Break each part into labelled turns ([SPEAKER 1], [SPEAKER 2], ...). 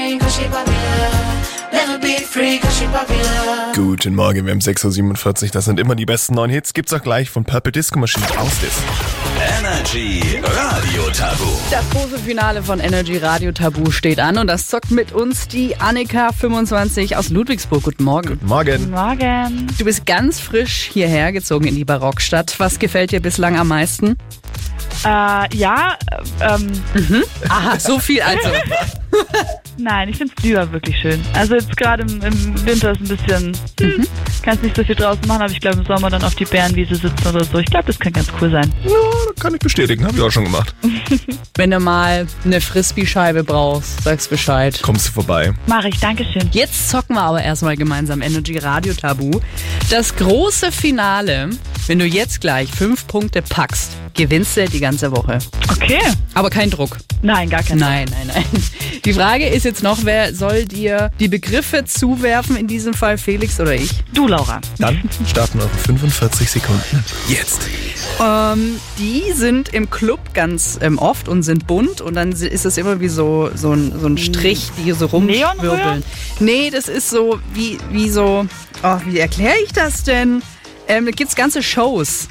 [SPEAKER 1] she popular. Never be free, cause she popular.
[SPEAKER 2] Guten Morgen, wir haben 6.47 Uhr. Das sind immer die besten neuen Hits. Gibt's auch gleich von Purple Disco Machine aus Disco.
[SPEAKER 3] Energy Radio Tabu.
[SPEAKER 4] Das große Finale von Energy Radio Tabu steht an und das zockt mit uns die Annika 25 aus Ludwigsburg. Guten Morgen.
[SPEAKER 2] Morgen.
[SPEAKER 5] Morgen.
[SPEAKER 4] Du bist ganz frisch hierher gezogen in die Barockstadt. Was gefällt dir bislang am meisten?
[SPEAKER 5] Äh, ja, äh, ähm,
[SPEAKER 4] Aha, so viel also.
[SPEAKER 5] nein, ich finde Glühwein wirklich schön. Also jetzt gerade im, im Winter ist ein bisschen, hm, kannst nicht so viel draußen machen, aber ich glaube im Sommer dann auf die Bärenwiese sitzen oder so. Ich glaube, das kann ganz cool sein.
[SPEAKER 2] Ja, kann ich bestätigen, habe ich auch schon gemacht.
[SPEAKER 4] Wenn du mal eine Frisbee-Scheibe brauchst, sagst Bescheid.
[SPEAKER 2] Kommst du vorbei?
[SPEAKER 5] Mache ich, Dankeschön.
[SPEAKER 4] Jetzt zocken wir aber erstmal gemeinsam Energy Radio Tabu. Das große Finale, wenn du jetzt gleich fünf Punkte packst, gewinnst du die ganze Woche.
[SPEAKER 5] Okay.
[SPEAKER 4] Aber kein Druck.
[SPEAKER 5] Nein, gar kein
[SPEAKER 4] Nein, nein, nein. Die Frage ist jetzt noch, wer soll dir die Begriffe zuwerfen, in diesem Fall Felix oder ich?
[SPEAKER 5] Du, Laura.
[SPEAKER 2] Dann starten wir auf 45 Sekunden. Jetzt.
[SPEAKER 4] Ähm, die sind im Club ganz ähm, oft und sind bunt und dann si- ist es immer wie so, so, ein, so ein Strich, die hier so rumwirbeln.
[SPEAKER 5] Neonröhren?
[SPEAKER 4] Nee, das ist so wie, wie so, oh, wie erkläre ich das denn? Ähm, da gibt's ganze Shows.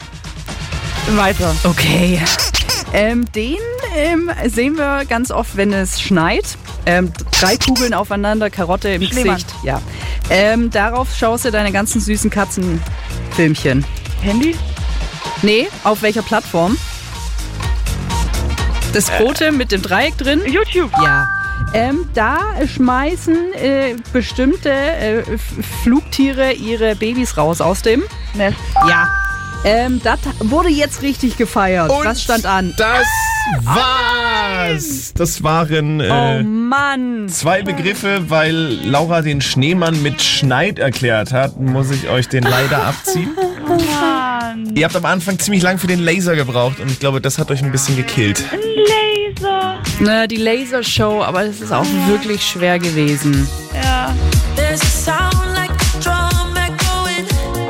[SPEAKER 5] Weiter.
[SPEAKER 4] Okay. Ähm, den ähm, sehen wir ganz oft, wenn es schneit. Ähm, drei Kugeln aufeinander, Karotte im
[SPEAKER 5] Schneemann.
[SPEAKER 4] Gesicht. Ja. Ähm, darauf schaust du deine ganzen süßen Katzenfilmchen.
[SPEAKER 5] Handy?
[SPEAKER 4] Nee, auf welcher Plattform? Das Rote mit dem Dreieck drin?
[SPEAKER 5] YouTube.
[SPEAKER 4] Ja. Ähm, da schmeißen äh, bestimmte äh, F- Flugtiere ihre Babys raus aus dem.
[SPEAKER 5] Nest.
[SPEAKER 4] Ja. Ähm, das wurde jetzt richtig gefeiert.
[SPEAKER 2] Und
[SPEAKER 4] das stand an.
[SPEAKER 2] Das war's. Das waren
[SPEAKER 4] Oh
[SPEAKER 2] äh,
[SPEAKER 4] Mann.
[SPEAKER 2] zwei Begriffe, weil Laura den Schneemann mit Schneid erklärt hat, muss ich euch den leider abziehen.
[SPEAKER 5] Mann.
[SPEAKER 2] Ihr habt am Anfang ziemlich lang für den Laser gebraucht und ich glaube, das hat euch ein bisschen gekillt.
[SPEAKER 5] Laser.
[SPEAKER 4] Na, die Lasershow, aber das ist auch wirklich schwer gewesen.
[SPEAKER 5] Ja.
[SPEAKER 1] There's a sound